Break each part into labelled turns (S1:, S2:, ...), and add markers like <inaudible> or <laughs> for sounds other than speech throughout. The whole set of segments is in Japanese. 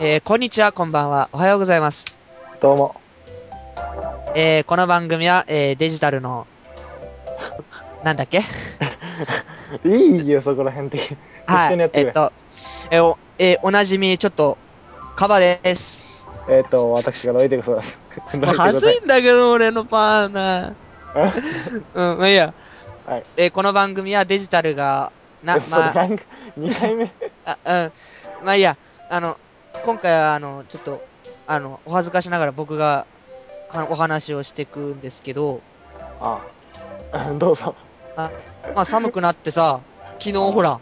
S1: えーこんにちは、こんばんは。おはようございます。
S2: どうも。
S1: えーこの番組は、えーデジタルの、なんだ
S2: <laughs>
S1: っけ
S2: いいよ、そこら辺的に。
S1: は
S2: 適当にや
S1: い
S2: っ。て
S1: え
S2: くれ
S1: っと、えーお、えーおなじみ、ちょっと、カバです。
S2: えっ、と、私がロイでございます。ロイで <laughs>
S1: は
S2: ご
S1: ず
S2: ざい
S1: いんだけど、俺のパーナ
S2: ます。 <laughs>
S1: うん、まあいいや。
S2: はい
S1: えーこの番組はデジタルが、な、
S2: <laughs> それ
S1: まあ、
S2: なんか、2回目。
S1: あ、うん。まあいいや、あの、今回は、あの、ちょっと、あの、お恥ずかしながら僕が、はお話をしていくんですけど、
S2: あ <laughs> あ。どうぞ。
S1: まあ寒くなってさ、昨日ほら、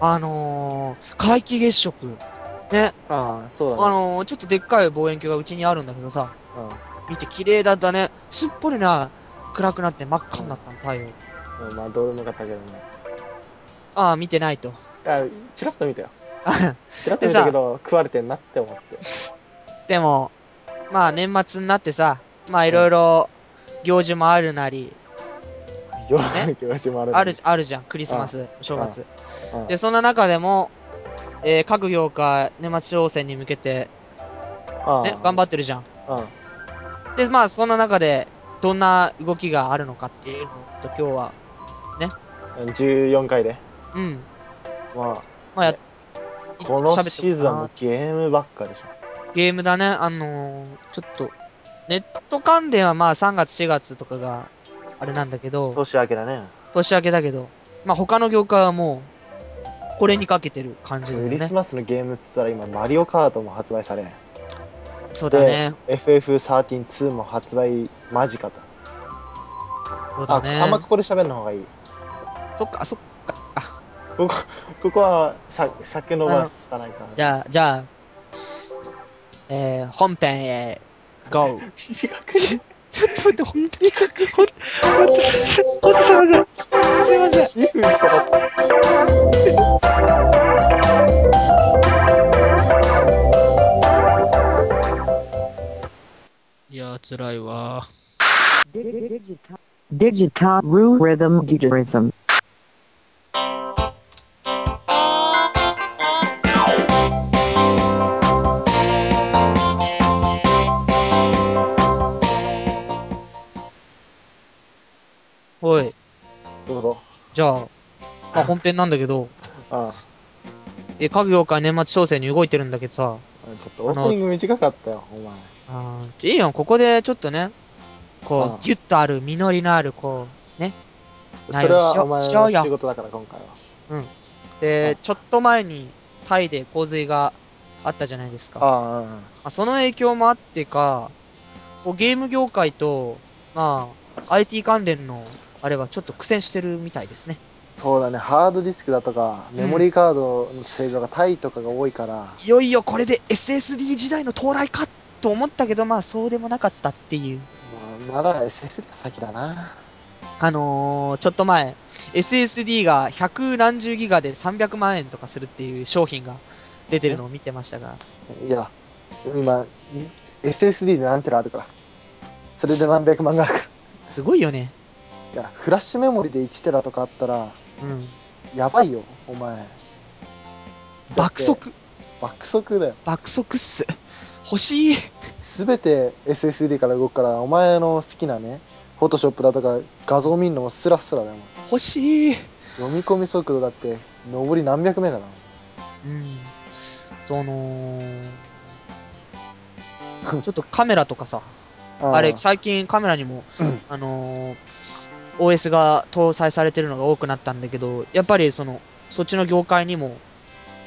S1: あのー、皆既月食。ね、
S2: ああ、そ
S1: あのー、ちょっとでっかい望遠鏡がうちにあるんだけどさ、見て綺麗だったね。すっぽりな、暗くなって真っ赤になったの、太陽。
S2: うん。うんまあ、どうでもよかったけどね。
S1: ああ、見てないと。
S2: あチラッと見たよ。
S1: あ
S2: チラッと見たけど、食われてんなって思って。
S1: でも、まあ年末になってさ、まあいろいろ、行事もあるなり、
S2: よ行事もあるのに
S1: ある、あるじゃん、クリスマス、正月。
S2: うん
S1: で、そんな中でも、えー各業界、年末商戦に向けて、
S2: ああ
S1: ね、頑張ってるじゃん。
S2: うん。
S1: で、まあ、そんな中で、どんな動きがあるのかっていうのと、今日は、
S2: 14回で。
S1: うん。
S2: ま
S1: まあ、やっ
S2: あ、この
S1: 喋って
S2: シーズンはもうゲームばっかでしょ。
S1: ゲームだね、あのー、ちょっと、ネット関連はまあ、3月、4月とかが、あれなんだけど、
S2: 年明けだね。
S1: 年明けだけど、まあ、他の業界はもう、これにかけてる感じだよ
S2: クリス
S1: ね。
S2: マスのゲームって言ったら今、マリオカートも発売されん。
S1: そうだね、
S2: FF132 も発売間近と。
S1: そうだ
S2: あ、あんま
S1: ね。
S2: ここで喋るの方がいい。
S1: そっか、そっか。
S2: ここ、ここは、しゃ、酒伸ばさないから。 <laughs>
S1: じゃあ、じゃあ、えー、本編へ、GO!
S2: 短くね
S1: <laughs> ちょっと待って、ほんとに、ほんと、ほんと、ほんとすいません。すいません。
S2: 2分しか経ってない
S1: いやー、辛いわ
S3: Digital rhythm guitarism.
S1: おい、
S2: どうぞ。
S1: じゃあ、まあ、本編なんだけど、
S2: あ
S1: え、各業界年末調整に動いてるんだけどさ、
S2: あちょっとオープニング短かったよ、お前。
S1: あーいいよ、ここでちょっとね、こ
S2: ああ
S1: う、ぎゅっとある、実りのある、こう、ね。
S2: それはお
S1: 内容に
S2: 前
S1: しよ
S2: の
S1: うしよう
S2: 仕
S1: よ。
S2: 事だから、今回は。
S1: で、ちょっと前に、タイで洪水があったじゃないですか。
S2: あ
S1: まあ、その影響もあってか、こうゲーム業界と、まあ、IT 関連の、あれはちょっと苦戦してるみたいですね。
S2: あ、そうだね、ハードディスクだとか、メモリーカードの製造がタイとかが多いから、
S1: いよいよこれで SSD 時代の到来かと思ったけど、まあそうでもなかったっていう。
S2: まあまだ SS が先だな。
S1: あのー、ちょっと前、SSD が100何十ギガで300万円とかするっていう商品が出てるのを見てましたが、
S2: いや、今、SSD で何テラあるから。それで何百万があるから。
S1: すごいよね。
S2: いや、フラッシュメモリで1テラとかあったら、
S1: うん。
S2: やばいよ、お前。
S1: 爆。速、
S2: 爆速だよ。
S1: 爆速っす。欲しい。
S2: すべて SSD から動くから、お前の好きなね、フォトショップだとか画像見んのもスラスラだよ。
S1: 欲しい。
S2: 読み込み速度だって、上り何百メガだもん。
S1: うん。そのーちょっとカメラとかさ、
S2: あー
S1: あれ、最近カメラにも、あのー OS が搭載されてるのが多くなったんだけど、やっぱりその、そっちの業界にも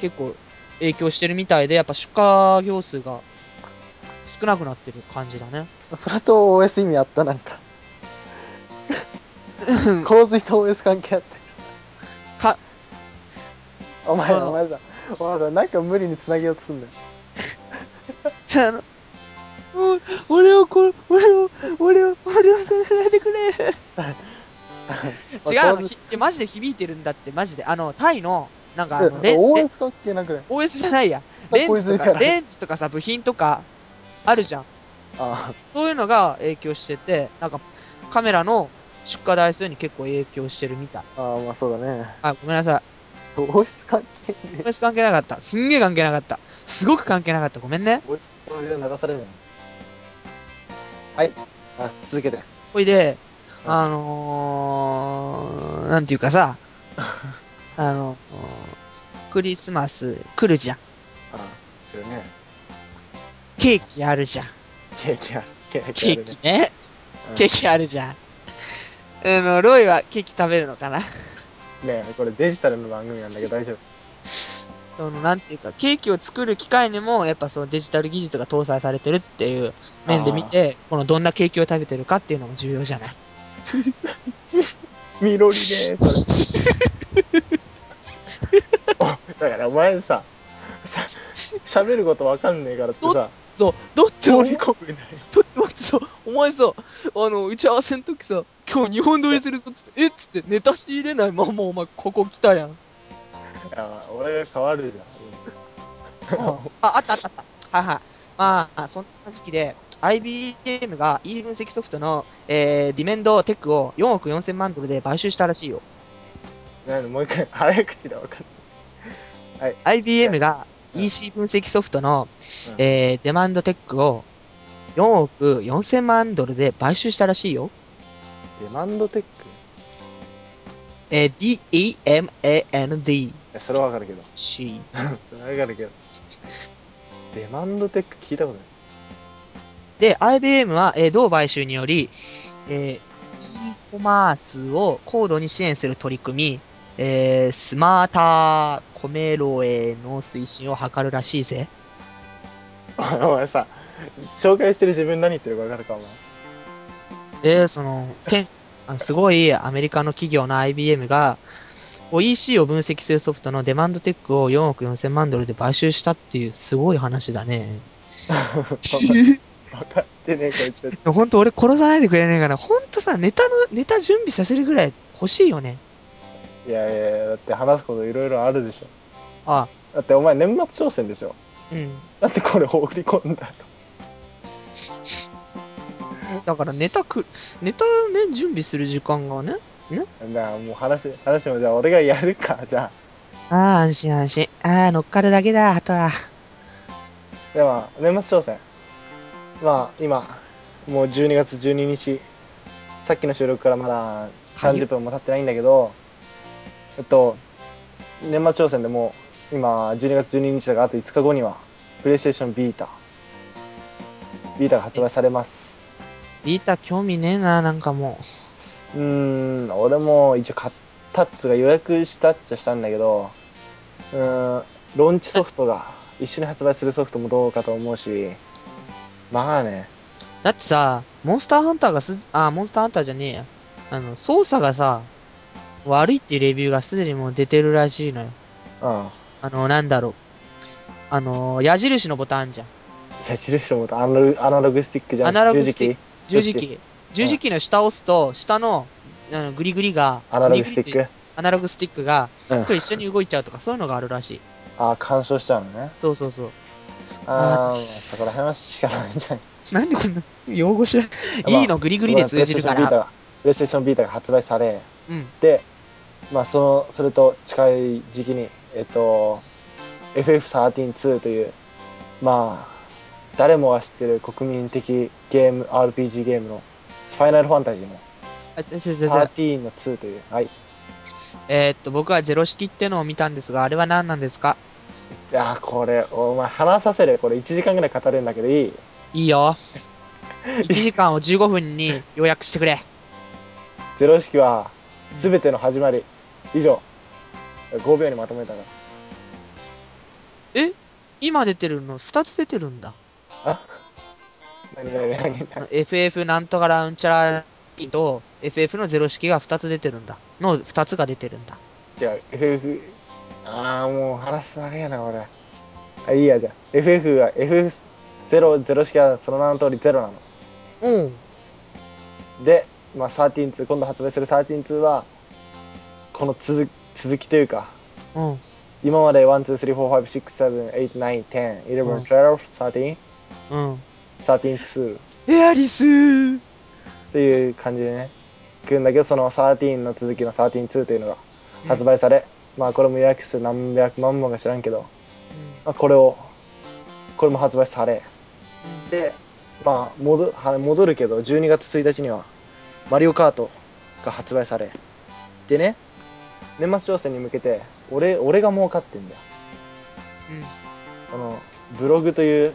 S1: 結構影響してるみたいで、やっぱ出荷業数が少なくなってる感じだね。
S2: それと OS 意味あった、なんか。洪水と OS 関係あった
S1: か
S2: お前
S1: そう
S2: お前さお前さなんか無理につなげようとすんだよ
S1: じゃあ、もう俺をこ、俺を、俺を、俺を責めないでくれ。違うあの、ひマジで響いてるんだって、マジで。あの、タイの、なんかあの、レンレン
S2: OS 関係なくない
S1: OS じゃないや。レンズと
S2: こいつ
S1: か、
S2: から
S1: レンズとかさ、部品とか、あるじゃん。
S2: あ
S1: そういうのが影響してて、なんか、カメラの出荷台数に結構影響してるみたい。
S2: あああまあそうだね
S1: あ、ごめんなさい。
S2: OS 関係ねえ
S1: OS 関係なかった。すんげえ関係なかった。すごく関係なかった。ごめんね。
S2: OS で流されるのはいあ続けて
S1: ほいで、
S2: うん
S1: あのー、なんていうか
S2: <laughs>
S1: さ、あのークリスマス来るじゃん。
S2: あ来るね
S1: ケーキあるじゃん。
S2: ケーキあるケー
S1: ケ
S2: キあ
S1: ー
S2: るね
S1: キね。
S2: うん
S1: ケーキあるじゃん。あの、ロイはケーキ食べるのかな
S2: ねえこれデジタルの番組なんだけど大丈夫
S1: その、なんていうか、ケーキを作る機会にも、やっぱそのデジタル技術が搭載されてるっていう面で見て、このどんなケーキを食べてるかっていうのも重要じゃない。
S2: 緑でーそれおだからお前さしゃ喋ることわかんねえからってさ
S1: そう、だって
S2: 放
S1: 俺、
S2: り
S1: だ
S2: 込むんだよ
S1: って待ってさ、お前さ、あの、打ち合わせの時さ、今日日本撮りするぞっつって、えっつってネタ仕入れないままお前ここ来たや <laughs> ん。
S2: いや俺が変わるじゃん
S1: あ、あったあったあった。はいはい。まあ、そんな時期で、IBM が E 分析ソフトの、えー、ディメンドテックを4億4千万ドルで買収したらしいよ。
S2: なのもう一回早口でわかん
S1: IBM が
S2: うん
S1: EC 分析ソフトの、
S2: うん
S1: えーデマンドテックを4億4千万ドルで買収したらしいよ。
S2: デマンドテックい
S1: えー、DEMANDC。
S2: やそれはわかるけどそれはわかるけどデマンドテック聞いたことない
S1: で、IBM は、えー同買収により、えー e コマースを高度に支援する取り組み、えースマーターコメロへの推進を図るらしいぜ。
S2: お前お前さ紹介してる自分何言ってるかわかるかお前
S1: で、その、けんあすごいアメリカの企業の IBM が、EC を分析するソフトのデマンドテックを4億4千万ドルで買収したっていうすごい話だね。
S2: 分かってねえこいつ
S1: ほんと俺殺さないでくれねえかな。ほんとさ、ネタの、ネタ準備させるぐらい欲しいよね。
S2: いやいやいやだって話すこといろいろあるでしょ
S1: あ
S2: だってお前年末商戦でしょ
S1: うん。
S2: だってこれ放り込んだよ
S1: だからネタく、ネタね、準備する時間がね。
S2: なあもう話話もじゃあ俺がやるかじゃ
S1: ああ、安心安心。ああ、乗っかるだけだ、あとは。
S2: あでは年末商戦まあ今もう12月12日さっきの収録からまだ30分も経ってないんだけど、えっと年末商戦でもう今12月12日だからあと5日後にはプレイステーションビータビータが発売されます
S1: ビータ興味ねえな、なんかも
S2: うーん、俺も一応買ったっつうか予約したっちゃしたんだけど、うーん、ローンチソフトが、一緒に発売するソフトもどうかと思うし、まあね、
S1: う。だってさ、モンスターハンターがす、あーモンスターハンターじゃねえや。あの、操作がさ、悪いっていうレビューがすでにもう出てるらしいのよ。
S2: うん。
S1: あの、なんだろう。あの、矢印のボタンあんじゃん。
S2: 矢印のボタンアナログ、アナログスティックじゃ
S1: ア
S2: な
S1: ナ
S2: く
S1: ロ
S2: て、
S1: グ
S2: 十字
S1: スティッ
S2: キ
S1: ク十字キー。十字キーの下を押すと、下の、あの、グリグリが、
S2: アナログスティッ
S1: グリグリって
S2: ク
S1: アナログスティックが、
S2: うん
S1: と一緒に動いちゃうとか、そういうのがあるらしい。
S2: ああ、干渉しちゃうのね。
S1: そうそう
S2: <laughs>
S1: そう。
S2: ああ、そこら辺は仕方ないんじゃない
S1: なんでこんな、用語知らん。
S2: まあ
S1: E のグリグリで通じるか
S2: まあ
S1: ら。
S2: プレイステーションビータがプレイステーションビータが発売され、
S1: うん。
S2: で、まあ、そのそれと近い時期に、えっと、FF132 という、まあ、誰もが知ってる国民的ゲーム RPG ゲームの「ファイナルファンタジー」の
S1: あ、違う違う違う違う
S2: 13の2という、はい、
S1: えーっと、僕はゼロ式ってのを見たんですが、あれは何なんですか
S2: いやーこれお前話させるこれ1時間ぐらい語れるんだけどいい
S1: いいよ。1時間を15分に要約してくれ。
S2: ゼロ式は全ての始まり以上5秒にまとめたから
S1: 今出てるの2つ出てるんだ。
S2: 何何何何
S1: FF なんとかラウンチャラと FF のゼロ式が2つ出てるんだ。の2つが出てるんだ。
S2: じゃあ FF ああもう話す長いな俺あいいやじゃあ FF は FF00 式はその名の通りゼロなの
S1: うん。
S2: で、まあ、132今度発売する132はこの続続きというか
S1: うん。
S2: 今まで1234567891011121313
S1: うん。
S2: 13
S1: エアリスー
S2: っていう感じでね来るんだけどその13の続きの132というのが発売され、まあこれも予約数何百万本か知らんけど、まあ、これをこれも発売されでまあ戻は戻るけど12月1日には「マリオカート」が発売されでね年末商戦に向けて俺俺が儲かってんだよ
S1: うん。うん。
S2: このブログという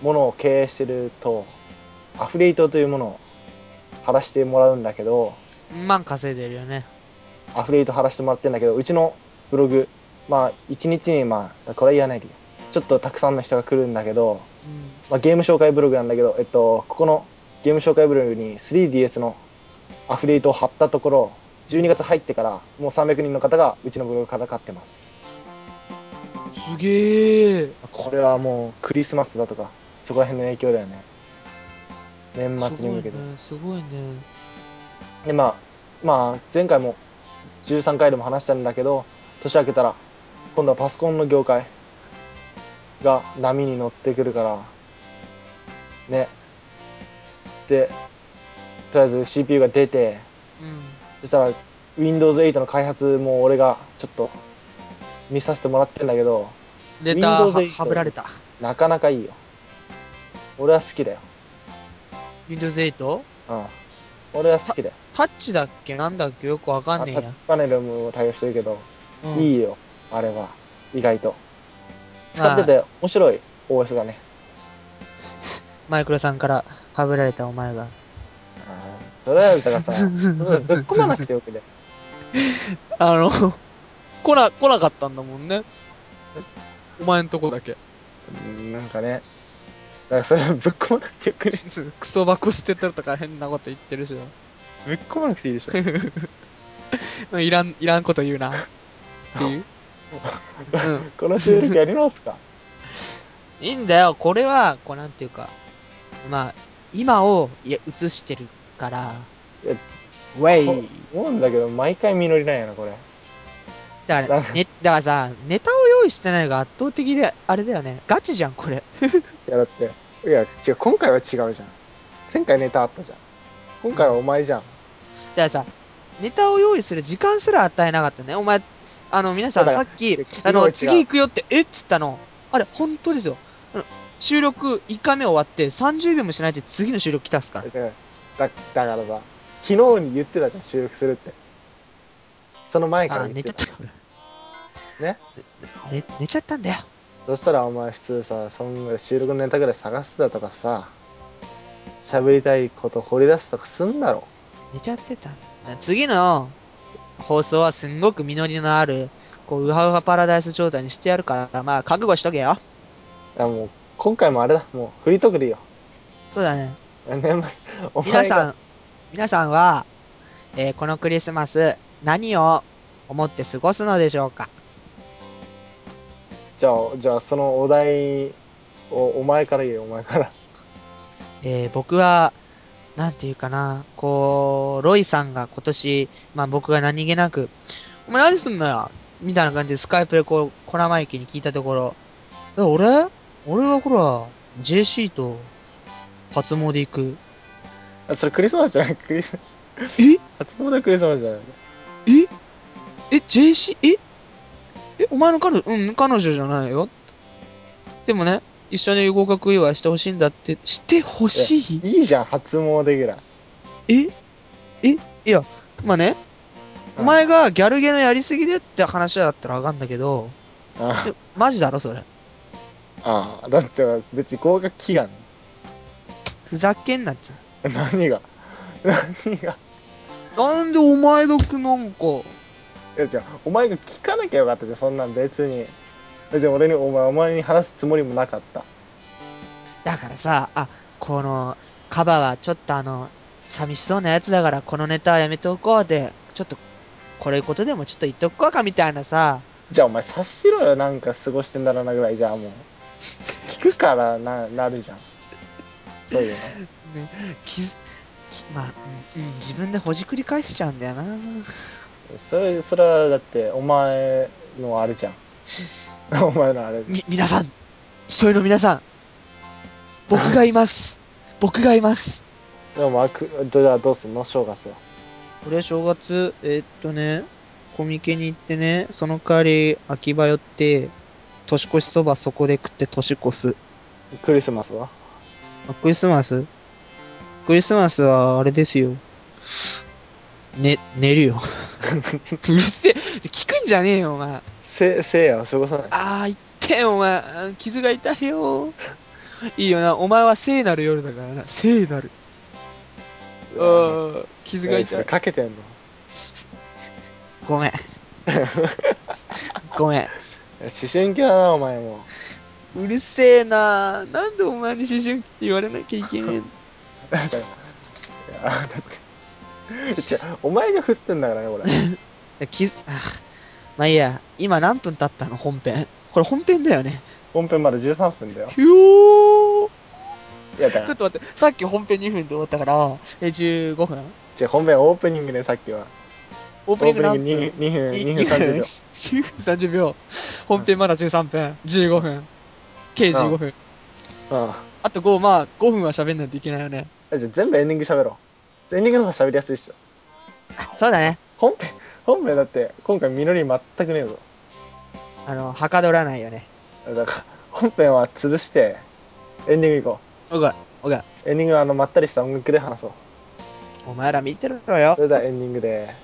S2: ものを経営してるとアフリエイトというものを貼らしてもらうんだけど
S1: うん。万稼いでるよね。
S2: アフリエイト貼らしてもらってんだけどうちのブログまあ1日にまあこれは言わないでいいよちょっとたくさんの人が来るんだけど、
S1: うん。
S2: まあ、ゲーム紹介ブログなんだけど、えっと、ここのゲーム紹介ブログに 3DS のアフリエイトを貼ったところ12月入ってからもう300人の方がうちのブログから買ってます
S1: すげえ。
S2: これはもうクリスマスだとかそこら辺の影響だよね年末に向けて、
S1: すごいね。すごいね。
S2: でまあまあ前回も13回でも話したんだけど年明けたら今度はパソコンの業界が波に乗ってくるからねでとりあえず CPU が出て
S1: うん。
S2: そしたら Windows8 の開発も俺がちょっと見させてもらってんだけど
S1: レター
S2: Windows
S1: は
S2: 8
S1: はぶられた。
S2: なかなかいいよ俺は好きだよ
S1: Windows 8?
S2: うん俺は好きだよ
S1: タッチだっけなんだっけよくわかんねえ
S2: あタッチパネルも対応してるけど
S1: や。うん
S2: いいよ、あれは。意外と。使ってて面白い OS だね。
S1: マイクロさんからはぶられたお <laughs> 前が。
S2: それは
S1: <laughs>
S2: だからさ、ぶっ込まなくてよくて。
S1: あの、来な、来なかったんだもんね。お前んとこだけ。
S2: うんなんかね。だからそれはぶっ込まなくてよくね。
S1: クソ箱捨てたとか変なこと言ってるし
S2: ぶっ込まなくていいでしょ。
S1: な。いらん、いらんこと言うな。っていう。うん。
S2: この収録やります <laughs> か
S1: いいんだよ。これは、こうなんていうか、まあ、今をいや映してるから、
S2: ウェイ。思うんだけど、毎回実りないよな、これ。
S1: だから、ね、だからさ、ネタを用意してないのが圧倒的で、あれだよね。ガチじゃん、これ。
S2: いや、だって。いや、違う、今回は違うじゃん。前回ネタあったじゃん。今回はお前じゃん。
S1: だからさ、ネタを用意する時間すら与えなかったね。お前、あの、皆さん
S2: だか
S1: さ
S2: ら
S1: っき、
S2: 昨
S1: あ
S2: 日違
S1: の、
S2: う
S1: 次行くよって、えっつったの。あれ、本当ですよ。あの収録1回目終わって30秒もしないうちに次の収録来たっすから。
S2: だだだからさ、昨日に言ってたじゃん、収録するって。その前か
S1: あ
S2: ら
S1: ー、
S2: 言
S1: 寝
S2: っ
S1: ちゃ
S2: て。
S1: ったた。
S2: ね
S1: 寝、寝ちゃったんだよ。
S2: そしたらお前普通さ、そんぐらい収録のネタぐらい探すだとかさ、喋りたいこと掘り出すとかすんだろ。
S1: 寝ちゃってた。次の放送はすんごく実りのある、こう、ウハウハパラダイス状態にしてやるから、まあ、覚悟しとけよ。
S2: いやもう、今回もあれだ、もうフリートークでいいよ。
S1: そうだね。
S2: 年末、お
S1: 皆
S2: 前
S1: さ
S2: が
S1: ん、皆さんは、えーこのクリスマス、何を思って過ごすのでしょうか
S2: じゃあ、じゃあそのお題をお前から言えよ、お前から。
S1: えー僕は、なんていうかな、こう、ロイさんが今年、まあ僕が何気なく、お前何すんのよみたいな感じでスカイプでこう、コラマイキに聞いたところ、え、俺俺はほら、JC と、初詣行く。
S2: あ、それクリスマスじゃないクリス、
S1: え
S2: 初詣はクリスマスじゃない
S1: ええ、JC、ええ、お前の彼女、うん、彼女じゃないよ。でもね、一緒に合格祝いしてほしいんだって、してほしい
S2: いいじゃん、初詣ぐらい。
S1: ええいや、まあね、お前がギャルゲーのやりすぎでって話だったらわかんだけど、
S2: あ
S1: ちょマジだろ、それ。
S2: ああ、だって別に合格祈願
S1: ふざけんなっちゃ
S2: 何が何が
S1: う。なんでお前だけなんか、
S2: いや違うお前が聞かなきゃよかったじゃんそんなん別に別に俺にお前お前に話すつもりもなかった
S1: だからさ、あ、この、カバはちょっとあの、寂しそうなやつだから、このネタはやめておこうで、ちょっと、これことでもちょっと言っとこうかみたいなさ、
S2: じゃあお前察しろよなんか過ごしてんだろうなぐらいじゃあもう聞くからななるじゃんそういう
S1: きず、きまあ、うん、うん自分でほじくり返しちゃうんだよな。
S2: のそれそれはだってお前のあれじゃん <laughs> お前のあれ
S1: み、皆さん、そういうの皆さん、僕がいます。僕がいます。
S2: でもまあくじゃあどうすんの正月は
S1: 俺、正月、えーっとね、コミケに行ってね、その代わり、秋葉寄って、年越しそばそこで食って年越す。
S2: クリスマスは
S1: あクリスマスクリスマスは、あれですよ。ね、寝るよ。うるせえ。聞くんじゃねえよ、お前。
S2: せ、せいやは過ごさない。
S1: あー、痛えよ、お前。あー傷が痛いよ。いいよな、お前は聖なる夜だからな。聖なる。あー、傷が
S2: え
S1: 痛
S2: それ
S1: い。
S2: かけてんの
S1: ご <laughs> めん。ごめん。
S2: いや思春期だな、お前も。
S1: うるせえななんでお前に思春期って言われなき <laughs> ゃいけねえん
S2: だからいや、だって。違う、お前が振ってんだからね、これ。
S1: <laughs> だ。きず、あーまあいいや、今何分経ったの本編。これ本編だよね。
S2: 本編まだ13分だよ。
S1: ひょー
S2: いや、だ
S1: ちょ
S2: か
S1: っと待って、さっき本編2分で終わったから、え、15分
S2: ら、違う、本編オープニングね、さっきは。
S1: オー
S2: オ
S1: プニ
S2: ー
S1: ン
S2: プ
S1: グ
S2: ニン
S1: 何
S2: グ
S1: 分
S2: 2, 分2分、2分
S1: い
S2: 30秒。
S1: 10分30秒。本編まだ13分。15分。計15分。
S2: あ
S1: あと5、まあ5分は喋んないといけないよね。
S2: あ。じゃあ全部エンディング喋ろう。エンディングの方が喋りやすいっしょ。
S1: そうだね。
S2: 本編、本編だって、今回実り全くねえぞ。
S1: あの、はかどらないよね。
S2: だから、本編は潰して、エンディング行こ
S1: おが、おが、
S2: う。エンディングはあの、まったりした音楽で話そう。
S1: お前ら見てるのよ
S2: そ。れではエンディングで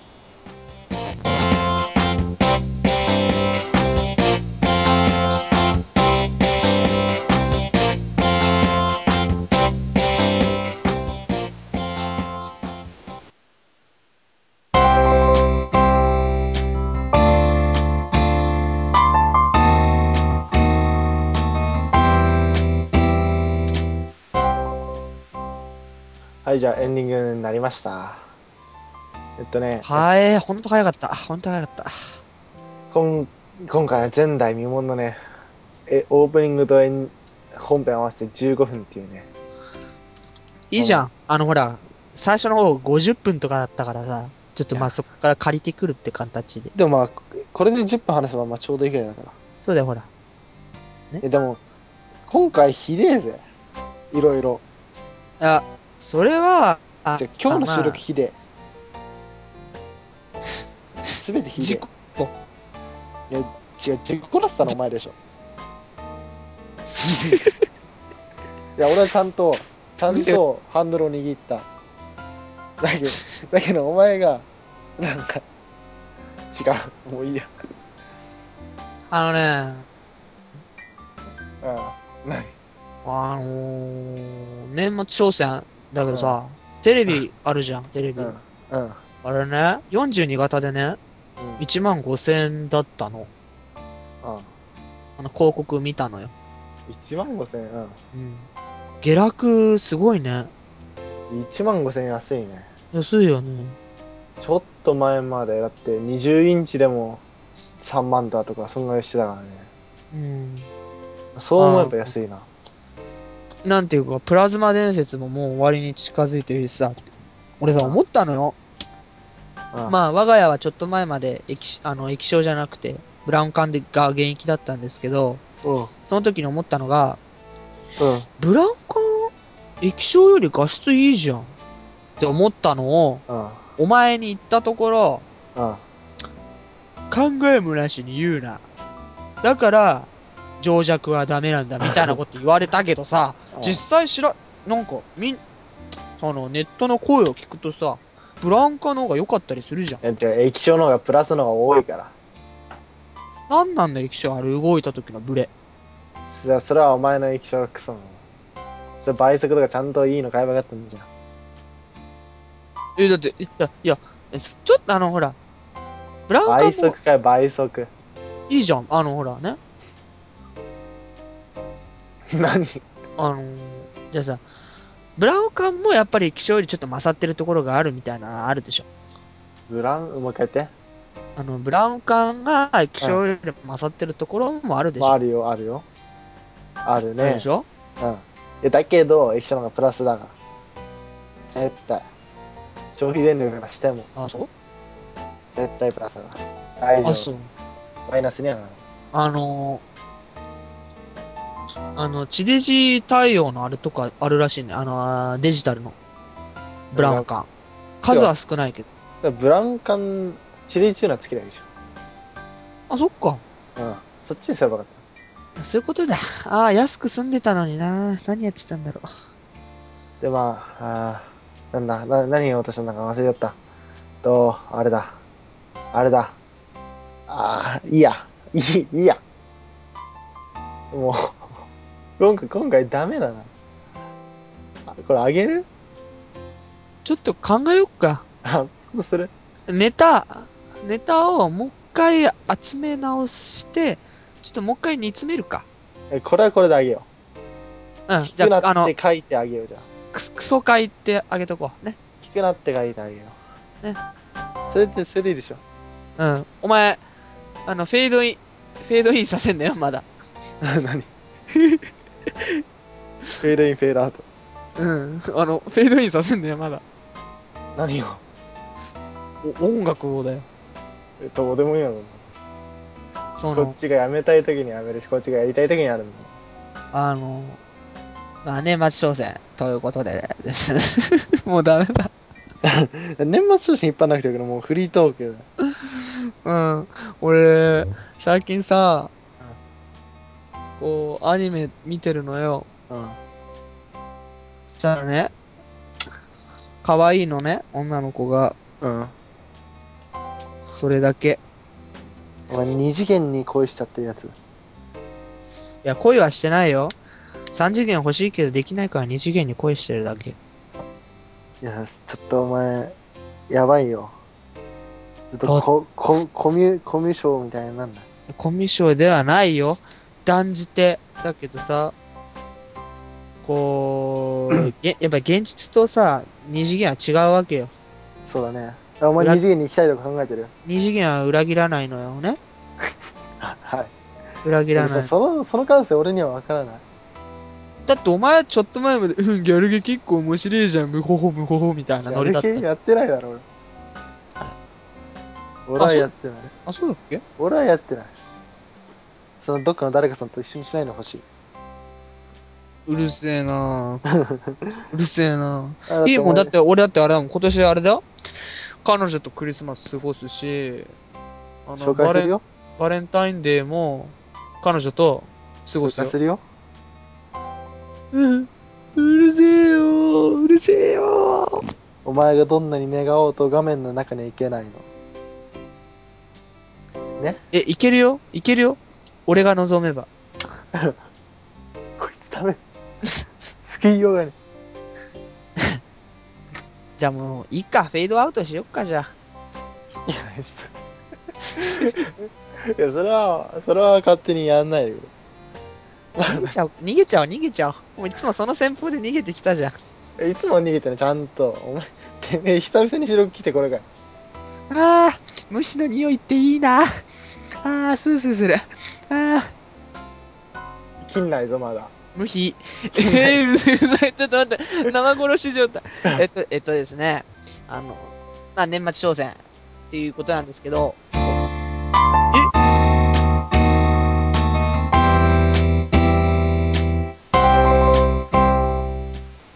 S2: はい、じゃあエンディングになりました。えっとね、
S1: はい、ほんと早かった。ほんと早かった。
S2: 今今回は前代未聞のねえオープニングとエン本編合わせて15分っていうね
S1: いいじゃん。あの、ほら、最初の方50分とかだったからさ、ちょっとまあそこから借りてくるって形で。
S2: でもまあこれで10分話せばまあちょうどいいぐらいだから
S1: そうだよ、ほら。
S2: えでも今回ひでえぜいろいろ
S1: あ、それは、あ
S2: じゃあ今日の収
S1: あまあ
S2: 録ひでえ全てひで
S1: 事故
S2: えいや違う事故らせたのお前で <laughs> しょいや俺はちゃんとちゃんとハンドルを握っただけどだけどお前がなんか違うもういいや
S1: あのね、
S2: うん何
S1: あのー、年末商戦だけどさ、テレビあるじゃん、テレビ。
S2: うんうん
S1: あれね、42型でね、
S2: うん
S1: 1万5000円だったの。
S2: うん
S1: あの、広告見たのよ。
S2: 1万5000円
S1: うん。下落、すごいね。
S2: うん1万5000円安いね
S1: 安いよね。
S2: ちょっと前までだって20インチでも3万だとかそんぐらいしてたからね
S1: うん。
S2: そう思えば安いな
S1: なんていうか、プラズマ伝説ももう終わりに近づいてるしさ、俺さ、思ったのよ。
S2: うん
S1: まあ、我が家はちょっと前まで液し、あの、液晶じゃなくて、ブラウン管でが現役だったんですけど、
S2: うんうん
S1: その時に思ったのが、ブラウン管、液晶より画質いいじゃん。って思ったのを、
S2: うん
S1: お前に言ったところ、
S2: うん
S1: 考えもなしに言うな。だから、情弱はダメなんだ、みたいなこと言われたけどさ、実際知ら、なんか、みん、その、ネットの声を聞くとさ、ブラウンカの方が良かったりするじゃん。
S2: えじゃあ液晶の方がプラスの方が多いから
S1: なんなんだ、液晶あれ動いた時のブレ。
S2: それはそれはお前の液晶がクソなのそれ倍速とかちゃんといいの買えばよかったんじゃん
S1: え、だって、いや、いや、えちょっとあの、ほら、ブラウンカ
S2: 倍
S1: も
S2: 速かい倍速 <laughs>
S1: いいじゃん。あの、ほらね。
S2: 何
S1: あのーじゃあさ、ブラウンカもやっぱり液晶よりちょっと勝ってるところがあるみたいなのあるでしょ。
S2: ブラウンもう一回言っ
S1: あの、ブラウンカが液晶より勝ってるところもある
S2: て、
S1: でし
S2: まあ、
S1: ょ。
S2: あるよあるよある
S1: ある
S2: ね
S1: でしょ
S2: うんいやだけど液晶の方がプラスだから絶対消費電力がしても
S1: あ、そう
S2: 絶対プラスだから大
S1: あ、
S2: 丈
S1: そう。
S2: 夫マイナスにはならない
S1: あのー、あの、地デジ対応のあれとかあるらしいね。あのー、デジタルの。ブラウン管。数は少ないけど。
S2: だからブラウン管チリチューナーつけりゃいいでしょ
S1: あ、そっか。
S2: うん。そっちにすればよかっ
S1: そういうことだ。ああ、安く住んでたのにな。何やってたんだろう。
S2: た。で、まあ、あーなんだ、な、何を落としたんだか忘れちゃった。と、あれだ。あれだ。ああ、いいや。いい、いいや。もう、今回、今回ダメだな。あこれあげる
S1: ちょっと考えよっか。
S2: あ、そうする
S1: ネタ、ネタをもう一回集め直して、ちょっともう一回煮詰めるか。
S2: えこれはこれであげよ
S1: うん。
S2: う。
S1: じ
S2: 低く
S1: ゃあ、あ
S2: なっ
S1: の
S2: て、書いてあげようじゃん。
S1: クソクソ会ってあげとこう。ね。
S2: 低くなって書いてあげよう。
S1: ね。
S2: それで、それでいいでしょ。
S1: うん。お前、あの、フェードイン、フェードインさせんなよ、まだ。
S2: 何フェードインフェードアウト
S1: うん。 <laughs> あの、フェードインさせんなよ、まだ。
S2: 何を
S1: お音楽をだよ。
S2: えどうでもいいの
S1: そ
S2: こっ
S1: の、
S2: ちがやめたい時にやめるしこっちがやりたい時にやるの
S1: あの、まあね、松商戦。ということで <laughs> ですね。もうダメだ。
S2: 年末調子引っ張らなくていいけどもうフリートーク
S1: うん。俺、最近さ
S2: うん、
S1: こう、アニメ見てるのよ。
S2: だうん
S1: そしたらね、可愛いのね、女の子が、
S2: うん
S1: それだけ。
S2: お前二次元に恋しちゃってるやつ
S1: いや、恋はしてないよ。3次元欲しいけどできないから2次元に恋してるだけ。
S2: いやちょっとお前やばいよずっとここコミュコミュ障みたいになんだ
S1: コミュ障ではないよ。断じて。だけどさ、こう、げやっぱ現実とさ、2次元は違うわけよ。
S2: そうだねお前二次元に行きたいとか考えてる
S1: 2次元は裏切らないのよね。
S2: あはい
S1: 裏切らな
S2: そ
S1: い。
S2: そのその感性俺には分からない
S1: だってお前ちょっと前まで、うん、ギャルゲ結構面白いじゃん、ムホホムホホみたいなノリだった。
S2: やってないだろ俺俺はやってない
S1: あ、そうだっけ
S2: 俺はやってないそのどっかの誰かさんと一緒にしないの欲しいう
S1: るせえ
S2: <laughs>
S1: なぁ。うるせえなぁ。
S2: あ
S1: いいもん、だっ
S2: お前
S1: て俺だってあれだもん、今年あれだよ。彼女とクリスマス過ごすし、あ
S2: 紹介するよ
S1: バレンバレンタインデーも彼女と過ご
S2: 紹
S1: すよ
S2: 介。するよ
S1: うんうるせえよーうるせえよー
S2: お前がどんなに願おうと画面の中には行けないの
S1: え、いけるよいけるよ俺が望めば。
S2: こいつダ
S1: <laughs>
S2: メ救いようがね
S1: じゃあもう、いいか、フェードアウトしよっか、じゃあ。
S2: いやちょっといやそれはそれは勝手にやんないよ
S1: 逃げちゃおう、逃げちゃおう、逃げちゃおう。もういつもその戦法で逃げてきたじゃん。
S2: えいつも逃げてねちゃんとお前てめえ久々に白く来てこれかい
S1: ああ、虫の匂いっていいな。ああ、スースーする。ああ、
S2: 切んないぞまだ
S1: 無 <laughs> 比。えー、うざい。ちょっと待って、生殺し <laughs> 状態。えっと、えっとですね、あの、まあ、年末商戦っていうことなんですけど、